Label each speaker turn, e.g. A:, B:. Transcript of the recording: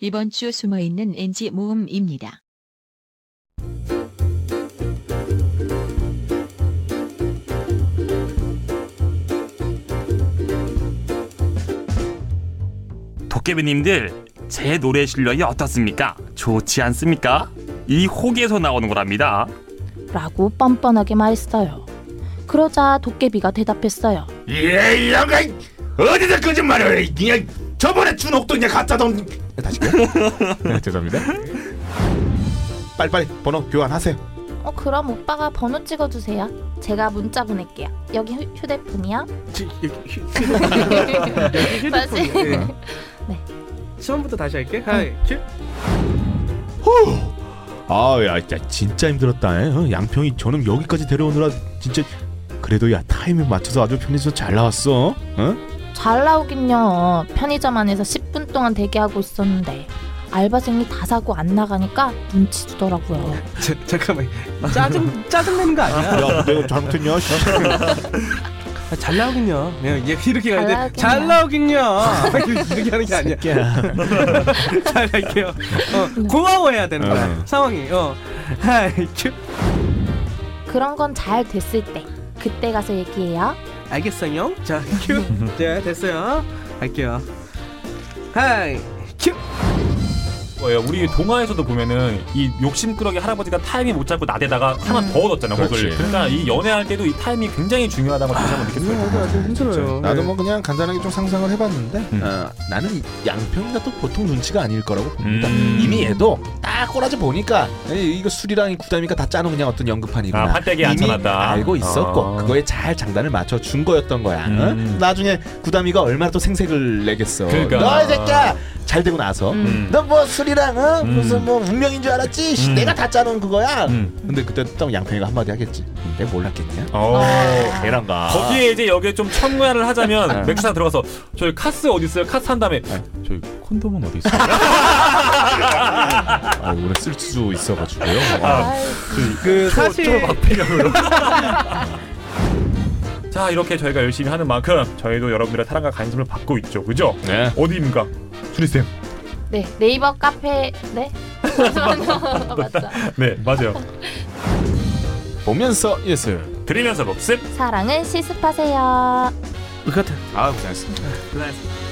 A: 이번 주 숨어있는 NG 모음입니다.
B: 도깨비님들 제 노래 실력이 어떻습니까? 좋지 않습니까? 이 호기에서 나오는 거랍니다.
C: 라고 뻔뻔하게 말했어요. 그러자 도깨비가 대답했어요.
D: 예, 이런가 어디서 거짓말을 해? 그냥 저번에 준 옥도 그냥 갖다 던 다시 네, 죄송합니다. 빨리빨리 번호 교환하세요.
C: 어 그럼 오빠가 번호 찍어주세요. 제가 문자 보낼게요. 여기 휴, 휴대폰이요. 맞지? 네.
E: 처음부터 다시 할게. 하이. 큐.
D: 아야 진짜 힘들었다. 에. 어, 양평이 저놈 여기까지 데려오느라 진짜 그래도 야 타이밍 맞춰서 아주 편해서 잘 나왔어. 어?
C: 잘 나오긴요. 편의점 안에서 10분 동안 대기하고 있었는데 알바생이 다 사고 안 나가니까 눈치 주더라고요.
E: 자, 잠깐만. 짜증 짜증 내는 거 아니야?
D: 야 내가 잘못했냐?
E: 아, 잘 나오긴요. 그냥 이게 이렇게 가야 돼.
C: 잘
E: 잘 나오긴요. 아, 이렇게 하는 게 아니야. 잘 할게요.
C: 음.
E: 어, 고마워해야 되는
D: 어.
E: 거야. 상황이. 어. 하이. 큐.
C: 그런 건 잘 됐을 때 그때 가서 얘기해요.
E: 알겠어요. 자, 큐. 자, 됐어요. 할게요. 하이. 큐.
F: 거예요. 우리 동화에서도 보면은 이 욕심꾸러기 할아버지가 타이밍 못 잡고 나대다가 하나 더 얻었잖아
D: 그렇지.
F: 혹을. 그러니까 이 연애할 때도 이 타이밍 굉장히 중요하다는 걸 다시 한번 느꼈어요.
E: 이거 아주 음,
F: 그렇죠.
E: 힘들어요.
F: 네.
D: 나도 뭐 그냥 간단하게 좀 상상을 해봤는데
F: 음.
D: 어, 나는 이 양평이가 또 보통 눈치가 아닐 거라고 봅니다.
F: 음.
D: 이미 얘도 딱 꼬라지 보니까 에이, 이거 술이랑 이 구다미가 다 짜놓은 그냥 어떤 연극판이구나.
F: 아, 판때기에
D: 이미
F: 앉혀놨다.
D: 알고 있었고
F: 아.
D: 그거에 잘 장단을 맞춰 준 거였던 거야.
F: 음.
D: 어? 나중에 구다미가 얼마나 또 생색을 내겠어.
F: 그러니까.
D: 너이 새끼야 잘 되고 나서
F: 음.
D: 너 뭐 술이랑 어?
F: 음.
D: 무슨 뭐 운명인 줄 알았지? 씨,
F: 음.
D: 내가 다 짜놓은 그거야.
F: 음.
D: 근데 그때 딱 양평이가 한마디 하겠지. 내가 몰랐겠냐?
F: 어.
D: 계란가.
F: 아. 거기에 이제 여기에 좀 첨가를 하자면 맥주사 들어가서 저희 카스 어디 있어요? 카스 한 다음에 저희 콘돔은 어디 있어요?
D: 아, 오늘 쓸 수 있어가지고요. 아,
E: 그 사실
F: 자 이렇게 저희가 열심히 하는 만큼 저희도 여러분들의 사랑과 관심을 받고 있죠, 그죠?
D: 네.
F: 어디입니까? 수리쌤.
C: 네 네이버 카페 네 잠시만요 맞다.
F: 네 맞아요.
D: 보면서 예술.
F: 들으면서 복습.
C: 사랑은 시습하세요.
E: 그 같아.
D: 아 고생했습니다.
E: 그래.